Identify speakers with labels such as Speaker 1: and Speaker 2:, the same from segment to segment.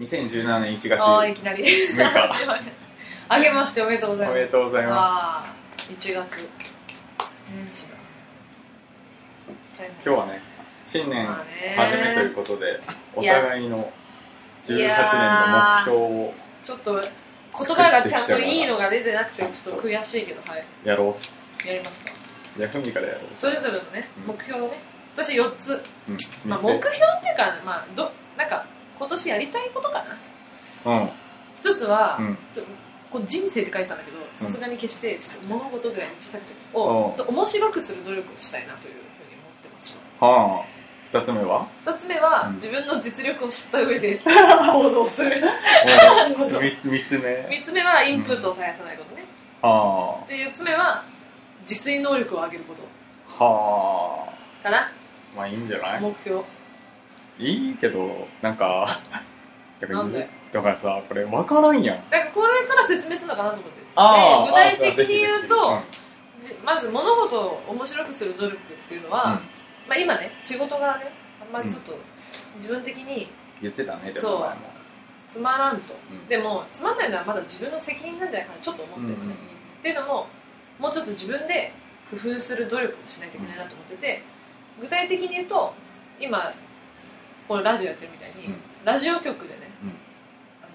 Speaker 1: 2017年1月
Speaker 2: ああ
Speaker 1: 6
Speaker 2: いきなり
Speaker 1: 日
Speaker 2: あげましておめでとうござい
Speaker 1: お
Speaker 2: ます
Speaker 1: めでとうございま
Speaker 2: ああ1月年始だ大変
Speaker 1: す今日はね新年
Speaker 2: まあね
Speaker 1: 初めということでお
Speaker 2: いや
Speaker 1: 互いの18
Speaker 2: い
Speaker 1: 年
Speaker 2: やー
Speaker 1: の目標を
Speaker 2: ちょっと言葉がちゃんといいのが出てなくてちょっと悔しいけどはい
Speaker 1: やろ
Speaker 2: やりますか
Speaker 1: うじゃあふみからやろう
Speaker 2: それぞれのね
Speaker 1: うん
Speaker 2: 目標をね私4つ、
Speaker 1: うん見
Speaker 2: まあ、
Speaker 1: せ
Speaker 2: 目標ってていうか、まあ、どなんか今年やりたいことかな一つは、
Speaker 1: うんうん
Speaker 2: ちょこう人生って書いてたんだけど
Speaker 1: うん
Speaker 2: さすがに決してちょっと物事ぐらいに小さくしてを、
Speaker 1: おう
Speaker 2: そう面白くする努力をしたいなというふうに思ってます
Speaker 1: はあ2つ目 は
Speaker 2: 二つ目は、
Speaker 1: うん
Speaker 2: 自分の実力を知った 上で行動する
Speaker 1: もうみ三つ目
Speaker 2: 三つ目はインプットを絶やさないことね、
Speaker 1: は
Speaker 2: で四つ目は自炊能力を上げること
Speaker 1: あは
Speaker 2: かな
Speaker 1: あまあいいんじゃない
Speaker 2: 目標
Speaker 1: いいけどなんかだから
Speaker 2: なんだよ
Speaker 1: だからさこれ分からんやん
Speaker 2: だからこれから説明するのかなと思って
Speaker 1: ああ
Speaker 2: で具体的に言うと
Speaker 1: あ
Speaker 2: じまず物事を面白くする努力っていうのは、
Speaker 1: うん
Speaker 2: まあ、今ね仕事がねあんまりちょっと自分的に
Speaker 1: 言ってたねで
Speaker 2: そう
Speaker 1: も前も
Speaker 2: つまらんと、
Speaker 1: うん
Speaker 2: でもつまんないのはまだ自分の責任なんじゃないかなちょっと思ってるね、
Speaker 1: うんうんうん
Speaker 2: っていうのももうちょっと自分で工夫する努力をしないといけないなと思ってて、具体的に言うと今このラジオやってるみたいに、
Speaker 1: うん
Speaker 2: ラジオ局でね、
Speaker 1: うん
Speaker 2: あの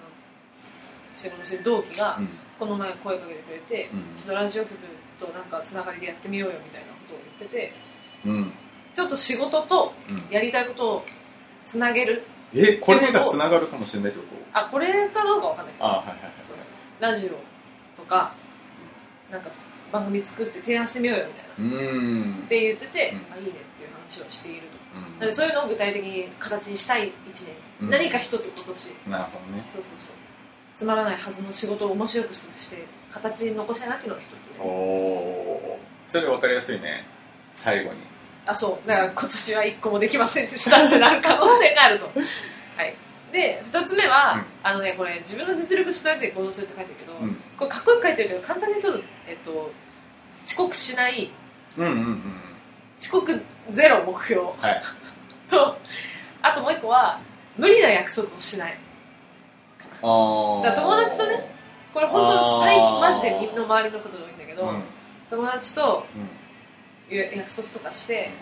Speaker 2: 仕事してる同期が
Speaker 1: うん
Speaker 2: この前声かけてくれて、
Speaker 1: うん
Speaker 2: うちのラジオ局となんかつながりでやってみようよみたいなことを言ってて
Speaker 1: うん
Speaker 2: ちょっと仕事と
Speaker 1: うん
Speaker 2: やりたいことをつなげる
Speaker 1: えこれがつながるかもしれないってこと
Speaker 2: あこれかどうかわかんないけど
Speaker 1: ああはいはいはい
Speaker 2: そうそうラジオとかなんか番組作って提案してみようよみたいな、
Speaker 1: うーん
Speaker 2: って言ってて、
Speaker 1: うん
Speaker 2: あいいねっていう話をしていると
Speaker 1: うん
Speaker 2: なのでそういうのを具体的に形にしたい一年、
Speaker 1: うん
Speaker 2: 何か一つ今年
Speaker 1: なるほどね
Speaker 2: そうそうそうつまらないはずの仕事を面白くして形に残したいなっていうのが一つ
Speaker 1: お
Speaker 2: ね
Speaker 1: おそれ分かりやすいね最後に
Speaker 2: あそうだから今年は一個もできませんでしたってなる可能性があるとはいで二つ目は、
Speaker 1: うん
Speaker 2: あのねこれ自分の実力しといて行動するって書いてるけど、
Speaker 1: うん
Speaker 2: これかっこよく書いてるけど簡単に言うと、えっと、遅刻しない
Speaker 1: うんうんうん
Speaker 2: 遅刻ゼロ目標
Speaker 1: はい
Speaker 2: とあともう一個は無理な約束をしない
Speaker 1: ああ
Speaker 2: だから友達とねこれ本当最
Speaker 1: あ
Speaker 2: 近
Speaker 1: ー
Speaker 2: マジでみんな周りのことで多いんだけ
Speaker 1: う
Speaker 2: ど、
Speaker 1: んうん
Speaker 2: 友達と約約束とかして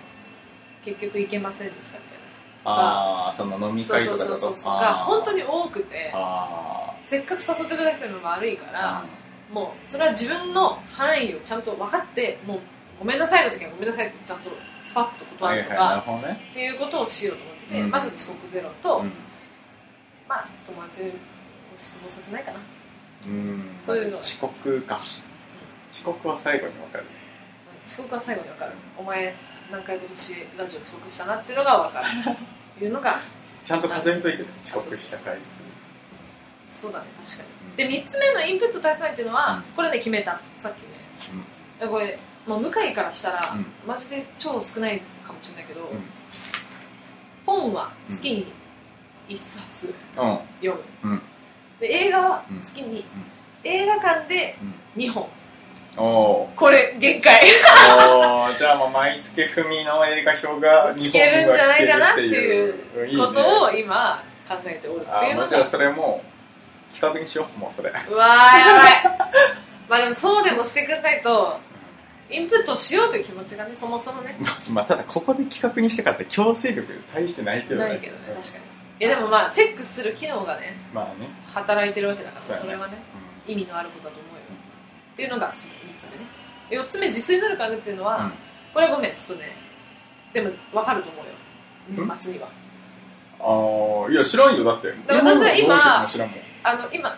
Speaker 2: 結局行けませんでしたみたいな
Speaker 1: ああその飲み
Speaker 2: そう
Speaker 1: 会と
Speaker 2: そう
Speaker 1: かだ
Speaker 2: そ
Speaker 1: と
Speaker 2: うそうそうが本当
Speaker 1: に
Speaker 2: に多くて
Speaker 1: あ
Speaker 2: せっかく誘ってくれた人にも悪いから
Speaker 1: あ、
Speaker 2: もうそれは自分の範囲をちゃんと分かってもうごめんなさいの時はごめんなさいってちゃんとスパッ
Speaker 1: う
Speaker 2: と
Speaker 1: んは
Speaker 2: 断
Speaker 1: い
Speaker 2: る
Speaker 1: はい
Speaker 2: とか、
Speaker 1: なるほどね
Speaker 2: っていうことをしようと思ってて、
Speaker 1: うん
Speaker 2: まず遅刻ゼロと、
Speaker 1: うん
Speaker 2: まあ友達を失望させないかな
Speaker 1: うん
Speaker 2: そういうの
Speaker 1: 遅刻か遅刻は最後に分かるね
Speaker 2: 遅刻は最後に分かる、お前何回今年ラジオ遅刻したなっていうのが分かるというのが
Speaker 1: ちゃんと数えといてね遅刻した回数
Speaker 2: そうだね確かに
Speaker 1: うん
Speaker 2: で3つ目のインプット対策っていうのは、
Speaker 1: うん
Speaker 2: これね決めたさっきねこれもう向井からしたら、
Speaker 1: うん
Speaker 2: マジで超少ないかもしれないけど、
Speaker 1: ん
Speaker 2: 本は月に1冊
Speaker 1: うんうん
Speaker 2: 読む、
Speaker 1: うん
Speaker 2: で映画は月に、映画館で2本
Speaker 1: うんおー
Speaker 2: これ限界
Speaker 1: おーじゃあもう毎月ふみの映画表が日本が
Speaker 2: 聞けるんじゃないかなって
Speaker 1: 聞けるって
Speaker 2: い
Speaker 1: いう
Speaker 2: うこ
Speaker 1: いい
Speaker 2: と
Speaker 1: ね
Speaker 2: を今考えておるって
Speaker 1: あ
Speaker 2: い
Speaker 1: ー
Speaker 2: う
Speaker 1: も
Speaker 2: の
Speaker 1: うじゃあ
Speaker 2: が
Speaker 1: それもう企画にしようもうそれ
Speaker 2: うわーやばいまあでもそうでもしてくんないとインプットしようという気持ちがねそもそもね
Speaker 1: まあただここで企画にしてからって強制力大してないけどね
Speaker 2: ないけどね確かにいやでもまあチェックする機能がね
Speaker 1: まあね、
Speaker 2: 働いてるわけだから
Speaker 1: そうやね
Speaker 2: それはね意味のあることだと思うよっていうのがその3つ目ね4つ目自炊能力あるっていうのは、
Speaker 1: うん
Speaker 2: これごめんちょっとねでも分かると思うよ
Speaker 1: ん
Speaker 2: 年末には
Speaker 1: うん、ああいや知らんよだって
Speaker 2: ら私
Speaker 1: どう
Speaker 2: は今
Speaker 1: いう時も知らんもん
Speaker 2: あの今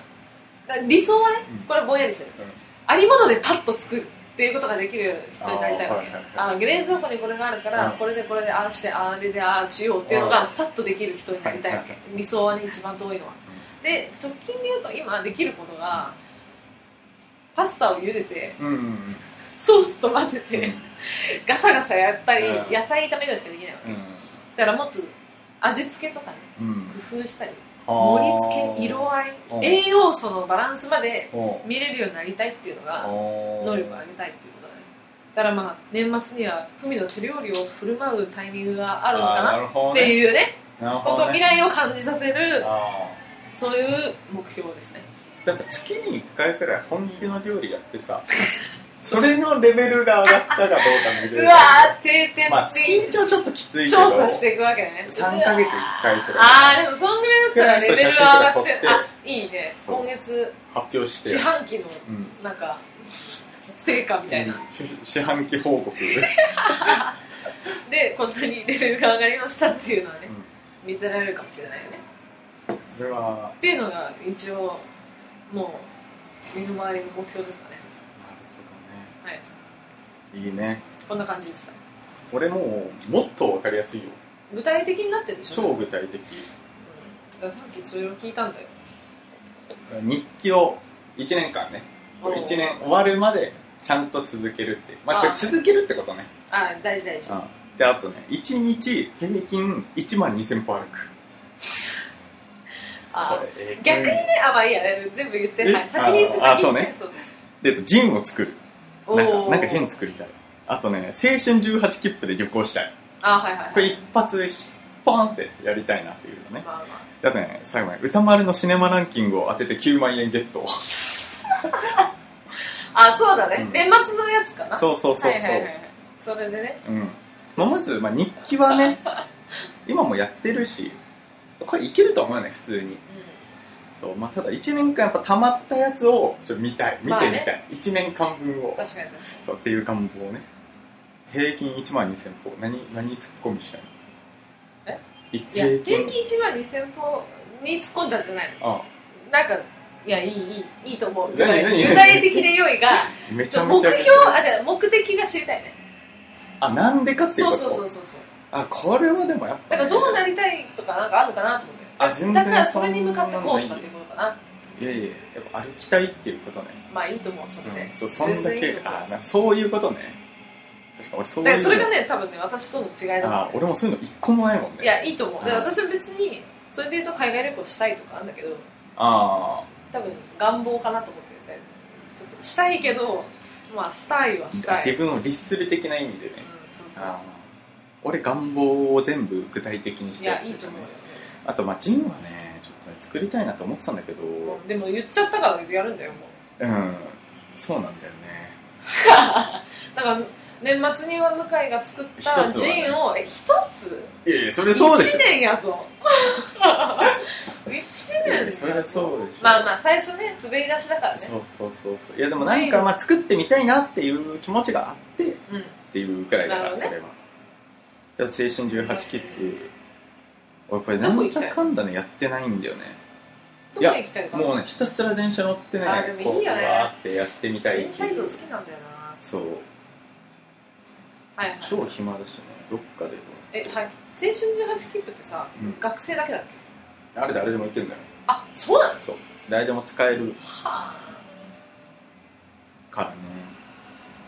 Speaker 2: だ理想はね
Speaker 1: うん
Speaker 2: これぼんやりしてる、
Speaker 1: うん
Speaker 2: ありものでパッと作るっていうことができる人になりたいわけ
Speaker 1: あーはい
Speaker 2: あ、
Speaker 1: はいはい
Speaker 2: 冷蔵庫にこれがあるから、
Speaker 1: うん
Speaker 2: これでこれでああしてあれでああしようっていうの
Speaker 1: う
Speaker 2: が
Speaker 1: ん
Speaker 2: さっとできる人になりたいわ
Speaker 1: はい
Speaker 2: け、
Speaker 1: は
Speaker 2: 理想はね一番遠いのは、で直近で言うと今できることがパスタを茹でて
Speaker 1: うんうんうん
Speaker 2: ソースと混ぜ
Speaker 1: う
Speaker 2: て、
Speaker 1: ん
Speaker 2: ガサガサやったり、
Speaker 1: うん
Speaker 2: 野菜炒めるしかできないわけ、
Speaker 1: う
Speaker 2: だからもっと味付けとかね
Speaker 1: んうん
Speaker 2: 工夫したり
Speaker 1: あー
Speaker 2: 盛り付け色合い
Speaker 1: うん
Speaker 2: 栄養素のバランスまで
Speaker 1: おう
Speaker 2: 見れるようになりたいっていうのが能
Speaker 1: 能
Speaker 2: 力を上げたいっていうことだねだからまあ年末には文の手料理を振る舞うタイミングがあるのか
Speaker 1: な
Speaker 2: な
Speaker 1: るほど
Speaker 2: って
Speaker 1: ね
Speaker 2: いうね
Speaker 1: なる
Speaker 2: こ
Speaker 1: ほ
Speaker 2: と
Speaker 1: ど
Speaker 2: 未
Speaker 1: ね
Speaker 2: 来を感じさせる
Speaker 1: あ
Speaker 2: そういう目標ですね
Speaker 1: やっぱ月に1回くらい本気の料理やってさ、それのレベルが上がったかどうかのレベ
Speaker 2: う
Speaker 1: ル
Speaker 2: わー定点
Speaker 1: まあ月一はちょっときついけど
Speaker 2: 調査していくわけね
Speaker 1: 3ヶ月1回くらい
Speaker 2: ああでもそんぐらいだったらレベルは
Speaker 1: そう写
Speaker 2: 上がって
Speaker 1: 真とか撮
Speaker 2: あいいね
Speaker 1: そう
Speaker 2: 今月
Speaker 1: 発表して
Speaker 2: 四半期の
Speaker 1: うん
Speaker 2: なんか成果みたいな、
Speaker 1: 四半期報告
Speaker 2: でこんなにレベルが上がりましたっていうのはね、
Speaker 1: うん
Speaker 2: 見せられるかもしれないよね
Speaker 1: それは
Speaker 2: っていうのが一応もう身の回りの目標ですかね
Speaker 1: なる
Speaker 2: はい
Speaker 1: ほどねいいね
Speaker 2: こんな感じでした
Speaker 1: 俺もうもっと分かりやすいよ
Speaker 2: 具体的になってるでしょ
Speaker 1: 超具体的
Speaker 2: うん、だからさっきそれを聞いたんだよ
Speaker 1: 日記を1年間ね
Speaker 2: おう
Speaker 1: 1年終わるまでちゃんと続けるってまあこれ
Speaker 2: あ
Speaker 1: 続けるってことね
Speaker 2: あ大事大事
Speaker 1: うんであとね1日平均1万2000歩歩く
Speaker 2: あ
Speaker 1: これ
Speaker 2: 逆に
Speaker 1: え
Speaker 2: ねあまあいいや全部言って
Speaker 1: え
Speaker 2: はい先に言って
Speaker 1: ああ
Speaker 2: 先に言ってそう
Speaker 1: ぐいであとジンを作るなん
Speaker 2: お
Speaker 1: か
Speaker 2: う
Speaker 1: なんかジン作りたいあとね青春18切符で旅行したい
Speaker 2: あはいはいはい
Speaker 1: これ一発でしポンってやりたいなっていうのね
Speaker 2: まあま
Speaker 1: だとね最後に歌丸のシネマランキングを当てて9万円ゲット
Speaker 2: ああそうだね、
Speaker 1: うん
Speaker 2: 年末のやつかな
Speaker 1: そうそうそうそう、
Speaker 2: はいはいはいはい、それでね
Speaker 1: うんまあ、まず、まあ、日記は ね今もやってるしこれいけると思うよね普通にそう、まあ、ただ1年間やっぱ溜まったやつをちょっと見たい見てみ
Speaker 2: まあ
Speaker 1: た
Speaker 2: ね
Speaker 1: い、1年間分を
Speaker 2: うん確かに確か
Speaker 1: そうっていう願望をね平均1万2000歩何何突っ込みしたい
Speaker 2: え
Speaker 1: い
Speaker 2: にいや
Speaker 1: 平
Speaker 2: 定
Speaker 1: 均
Speaker 2: 期1万2000歩に突っ込んだんじゃないの
Speaker 1: あ
Speaker 2: なんかいやいいいいいいと思う具
Speaker 1: 何何
Speaker 2: 体具体的で良いが
Speaker 1: めち
Speaker 2: ち
Speaker 1: ゃ
Speaker 2: ょ
Speaker 1: め
Speaker 2: 目
Speaker 1: ちゃ
Speaker 2: 標あじゃあ目的が知りたいね
Speaker 1: あなんでかっていう
Speaker 2: そ
Speaker 1: こ
Speaker 2: う
Speaker 1: と
Speaker 2: そうそうそうそう
Speaker 1: あこれはでもやっぱ
Speaker 2: だからどうな
Speaker 1: る
Speaker 2: りたいとかなんかあるのかなと思って
Speaker 1: あ全然
Speaker 2: だからそれに向かってこうとかっていうことかない
Speaker 1: やいややっぱ歩きたいっていうことね
Speaker 2: まあいいと思うそれで、
Speaker 1: そうそんだ
Speaker 2: 全然いい
Speaker 1: け
Speaker 2: と思う
Speaker 1: あなんかそういうことね確か俺そう
Speaker 2: だ
Speaker 1: いう
Speaker 2: から
Speaker 1: の
Speaker 2: それがね多分ね私との違いだと思
Speaker 1: あ俺もそういうの一個もないもん
Speaker 2: う
Speaker 1: ね
Speaker 2: いやいいと思うで
Speaker 1: うん
Speaker 2: 私は別にそれで言うと海外旅行したいとかあるんだけど
Speaker 1: あ
Speaker 2: 多分願望かなと思っててちょっとしたいけどまあしたいはした
Speaker 1: あ
Speaker 2: い
Speaker 1: 自分を律する的な意味でね
Speaker 2: うんそうそう
Speaker 1: あー俺願望を全部具体的にし
Speaker 2: い
Speaker 1: て
Speaker 2: や
Speaker 1: つ
Speaker 2: いいと思うよ、
Speaker 1: あとまあジンはねちょっとね作りたいなと思ってたんだけど
Speaker 2: もうでも言っちゃったからやるんだよも
Speaker 1: う
Speaker 2: う
Speaker 1: んそうなんだよね
Speaker 2: だから年末には向井が作っ
Speaker 1: 一
Speaker 2: た
Speaker 1: つはね
Speaker 2: ジンをえ一つ
Speaker 1: いやいやそれ
Speaker 2: 一
Speaker 1: そうでしょ
Speaker 2: 年や ぞ
Speaker 1: いや
Speaker 2: 一年だ
Speaker 1: いや
Speaker 2: よ
Speaker 1: それそうでしょ
Speaker 2: まあまあ最初ね滑り出しだからね
Speaker 1: そうそうそうそういやでもなんかまあ作ってみたいなっていう気持ちがあってっ
Speaker 2: うん
Speaker 1: ていうくらいだから、
Speaker 2: なる
Speaker 1: そ
Speaker 2: ほど
Speaker 1: れはだから青春18切符俺これな
Speaker 2: どこ行
Speaker 1: ん
Speaker 2: きたい
Speaker 1: だかんだねやってないんだよね
Speaker 2: どこに行きたいか
Speaker 1: もうねひたすら電車乗ってね
Speaker 2: あでもいいよね
Speaker 1: こうわーってやってみたい
Speaker 2: 電車移動好きなんだよな
Speaker 1: そう
Speaker 2: はいはい
Speaker 1: 超暇だしねどっかで
Speaker 2: えはい青春18切符ってさ、
Speaker 1: うん
Speaker 2: 学生だけだっけ
Speaker 1: あれ誰でも行けるんだよ
Speaker 2: あそうなの
Speaker 1: そう誰でも使える
Speaker 2: はあ
Speaker 1: からね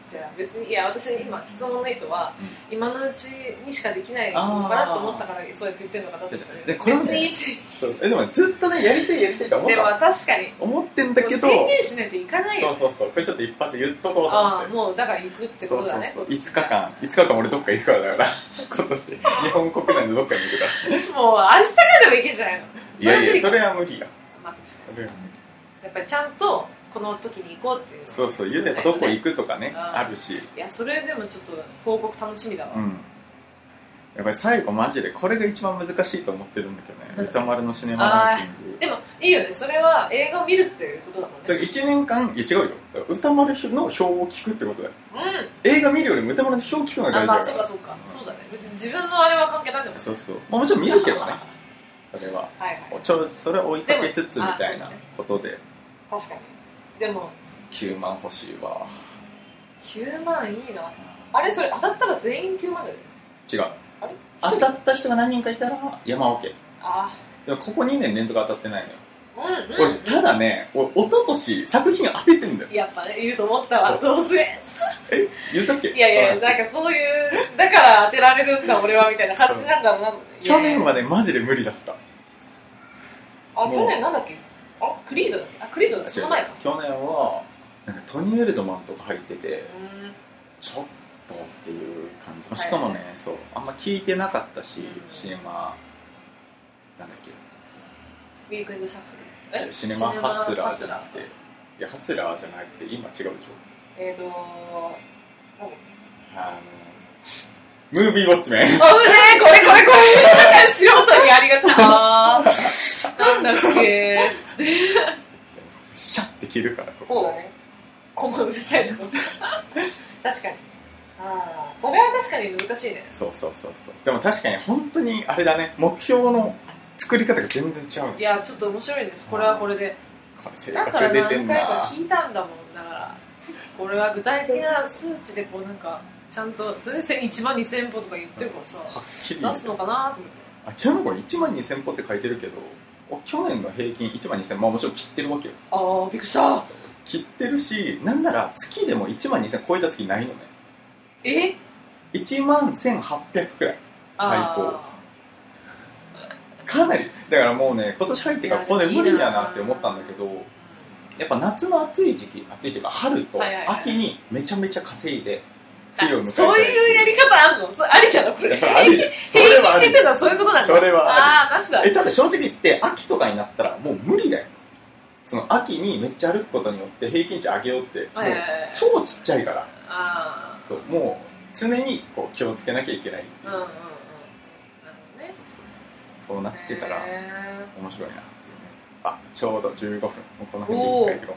Speaker 2: じゃあ別にいや私今質問の意図は、今のうちにしかできないの
Speaker 1: あー
Speaker 2: かなと思ったからそうやって言ってるのかなと思ったけど
Speaker 1: でこれもね
Speaker 2: 別にいいって
Speaker 1: そうえでもねずっとねやりたいやりたいと思っ
Speaker 2: で
Speaker 1: て
Speaker 2: も
Speaker 1: た
Speaker 2: 確かに
Speaker 1: 思ってんだけど
Speaker 2: 宣言しないといかないよ
Speaker 1: そうそうそうこれちょっと一発言っとこうと思
Speaker 2: あ
Speaker 1: っ
Speaker 2: あ
Speaker 1: て
Speaker 2: もうだから行くって
Speaker 1: そ
Speaker 2: こ
Speaker 1: う
Speaker 2: と
Speaker 1: そ
Speaker 2: だ
Speaker 1: う
Speaker 2: ね
Speaker 1: そう5日間5日間俺どっか行くからだよ な今年日本国内のどっかに行くから
Speaker 2: もう明日からでも行けんじゃないの
Speaker 1: いやいや
Speaker 2: そ
Speaker 1: そ
Speaker 2: れ
Speaker 1: れは無理や
Speaker 2: まあ確か
Speaker 1: それは無理
Speaker 2: にやっぱりちゃんとこの時に行こうっていうのを
Speaker 1: そうそう
Speaker 2: 作
Speaker 1: 言
Speaker 2: ん
Speaker 1: うて
Speaker 2: ないと
Speaker 1: も
Speaker 2: ね
Speaker 1: どこ行くとかね
Speaker 2: あー
Speaker 1: あるし
Speaker 2: いやそれでもちょっと報告楽しみだわ、
Speaker 1: うんやっぱり最後マジでこれが一番難しいと思ってるんだけどね
Speaker 2: うん
Speaker 1: 歌丸のシネマランキング
Speaker 2: でもいいよねそれは映画を見るっていうことだもんね
Speaker 1: それ1年間いや違うよ歌丸の表を聞くってことだよ
Speaker 2: う
Speaker 1: 映画見るよりも歌丸の表を聞くのが
Speaker 2: んあ
Speaker 1: 大事
Speaker 2: まあ
Speaker 1: だ
Speaker 2: そう
Speaker 1: か
Speaker 2: から
Speaker 1: うん
Speaker 2: そうか、そうだね別に自分のあれは関係ないんだもんね
Speaker 1: そうそうまあもちろん見るけどね
Speaker 2: は
Speaker 1: それはい
Speaker 2: はい
Speaker 1: ちょそれを追いかけつつ
Speaker 2: で
Speaker 1: み
Speaker 2: も
Speaker 1: たいな
Speaker 2: あそうだね
Speaker 1: ことで
Speaker 2: 確かにでも
Speaker 1: 9万欲しいわ
Speaker 2: 9万いいなあれそれ当たったら全員9万だよね
Speaker 1: 違う
Speaker 2: あれ
Speaker 1: 当たった人が何人かいたら山分け
Speaker 2: あ
Speaker 1: でもここ2年連続当たってないのよ
Speaker 2: うん
Speaker 1: 俺
Speaker 2: う
Speaker 1: ただね俺一昨年作品当ててんだよ
Speaker 2: んやっぱね言うと思ったわどうせい
Speaker 1: 言うたっけ
Speaker 2: やいや
Speaker 1: この話
Speaker 2: なんかそういうだから当てられるんだ俺はみたいな感じなんだろうな
Speaker 1: 去年
Speaker 2: は
Speaker 1: はねマジで無理だった
Speaker 2: あ
Speaker 1: もう
Speaker 2: 去年なんだっけあクリードだっけあクリードだその前か
Speaker 1: 去年はなんかトニー・エルドマンとか入ってて
Speaker 2: うーん
Speaker 1: ちょっとっていう感じ、まあ
Speaker 2: はい
Speaker 1: しかもね、そうあんま聞いてなかったし
Speaker 2: うん
Speaker 1: CM はなんだっけ
Speaker 2: ウィークエンドシャッフル
Speaker 1: 違うシネマハスラーじゃなくていやハスラーじゃなくて今違うでしょ
Speaker 2: えっ、ー、とー
Speaker 1: あのムービーウォッチメン
Speaker 2: あぶねえこれこれこれなんか素人にありがちだな なんだっけ
Speaker 1: シャッて切るからここ
Speaker 2: そうだねこのうるさいとこ確かにああそれは確かに難しいね
Speaker 1: そうそうそうそうでも確かに本当にあれだね目標の作り方が全然違うの
Speaker 2: いやちょっと面白いんですこれはこれで
Speaker 1: 性
Speaker 2: だから
Speaker 1: 格出てん
Speaker 2: 何
Speaker 1: な
Speaker 2: 回か聞いたんだもんだからこれは具体的な数値でこうなんかちゃんと全然1万2000歩とか言ってるからさ
Speaker 1: はっきり
Speaker 2: 出すのかなと思って
Speaker 1: あちなみにこれ1万2000歩って書いてるけど去年の平均1万2000まあもちろん切ってるわけよ
Speaker 2: ああびっくりした
Speaker 1: 切ってるしなんなら月でも1万2000超えた月ないのね
Speaker 2: え
Speaker 1: 1万1800くらい最高
Speaker 2: あ
Speaker 1: かなりだからもうね今年入ってからこれ
Speaker 2: いや
Speaker 1: 無
Speaker 2: でもいいな
Speaker 1: 理だなって思ったんだけどやっぱ夏の暑い時期暑いっていうか春と
Speaker 2: はいはいはい
Speaker 1: 秋にめちゃめちゃ稼いで
Speaker 2: ー
Speaker 1: 冬を迎えた
Speaker 2: あそういうやり方あんのそれありだろこ
Speaker 1: い
Speaker 2: れ
Speaker 1: やそれあり
Speaker 2: 平均
Speaker 1: それ
Speaker 2: 平
Speaker 1: はあ
Speaker 2: 均
Speaker 1: り
Speaker 2: 出てたらそういうことなんだ
Speaker 1: それはあ
Speaker 2: ああーなん
Speaker 1: え
Speaker 2: だ
Speaker 1: ただ正直言って秋とかになったらもう無理だよその秋にめっちゃ歩くことによって平均値上げようってもう
Speaker 2: はいはいはい
Speaker 1: 超ちっちゃいから
Speaker 2: ああ
Speaker 1: そうもう常にこう気をつけなきゃいけないって
Speaker 2: う
Speaker 1: い
Speaker 2: ん
Speaker 1: う
Speaker 2: うんうんなるほどね
Speaker 1: そうそうそうそうなってたら
Speaker 2: へー
Speaker 1: 面白いなっていうねあちょうど15分もうこの辺で一回行こう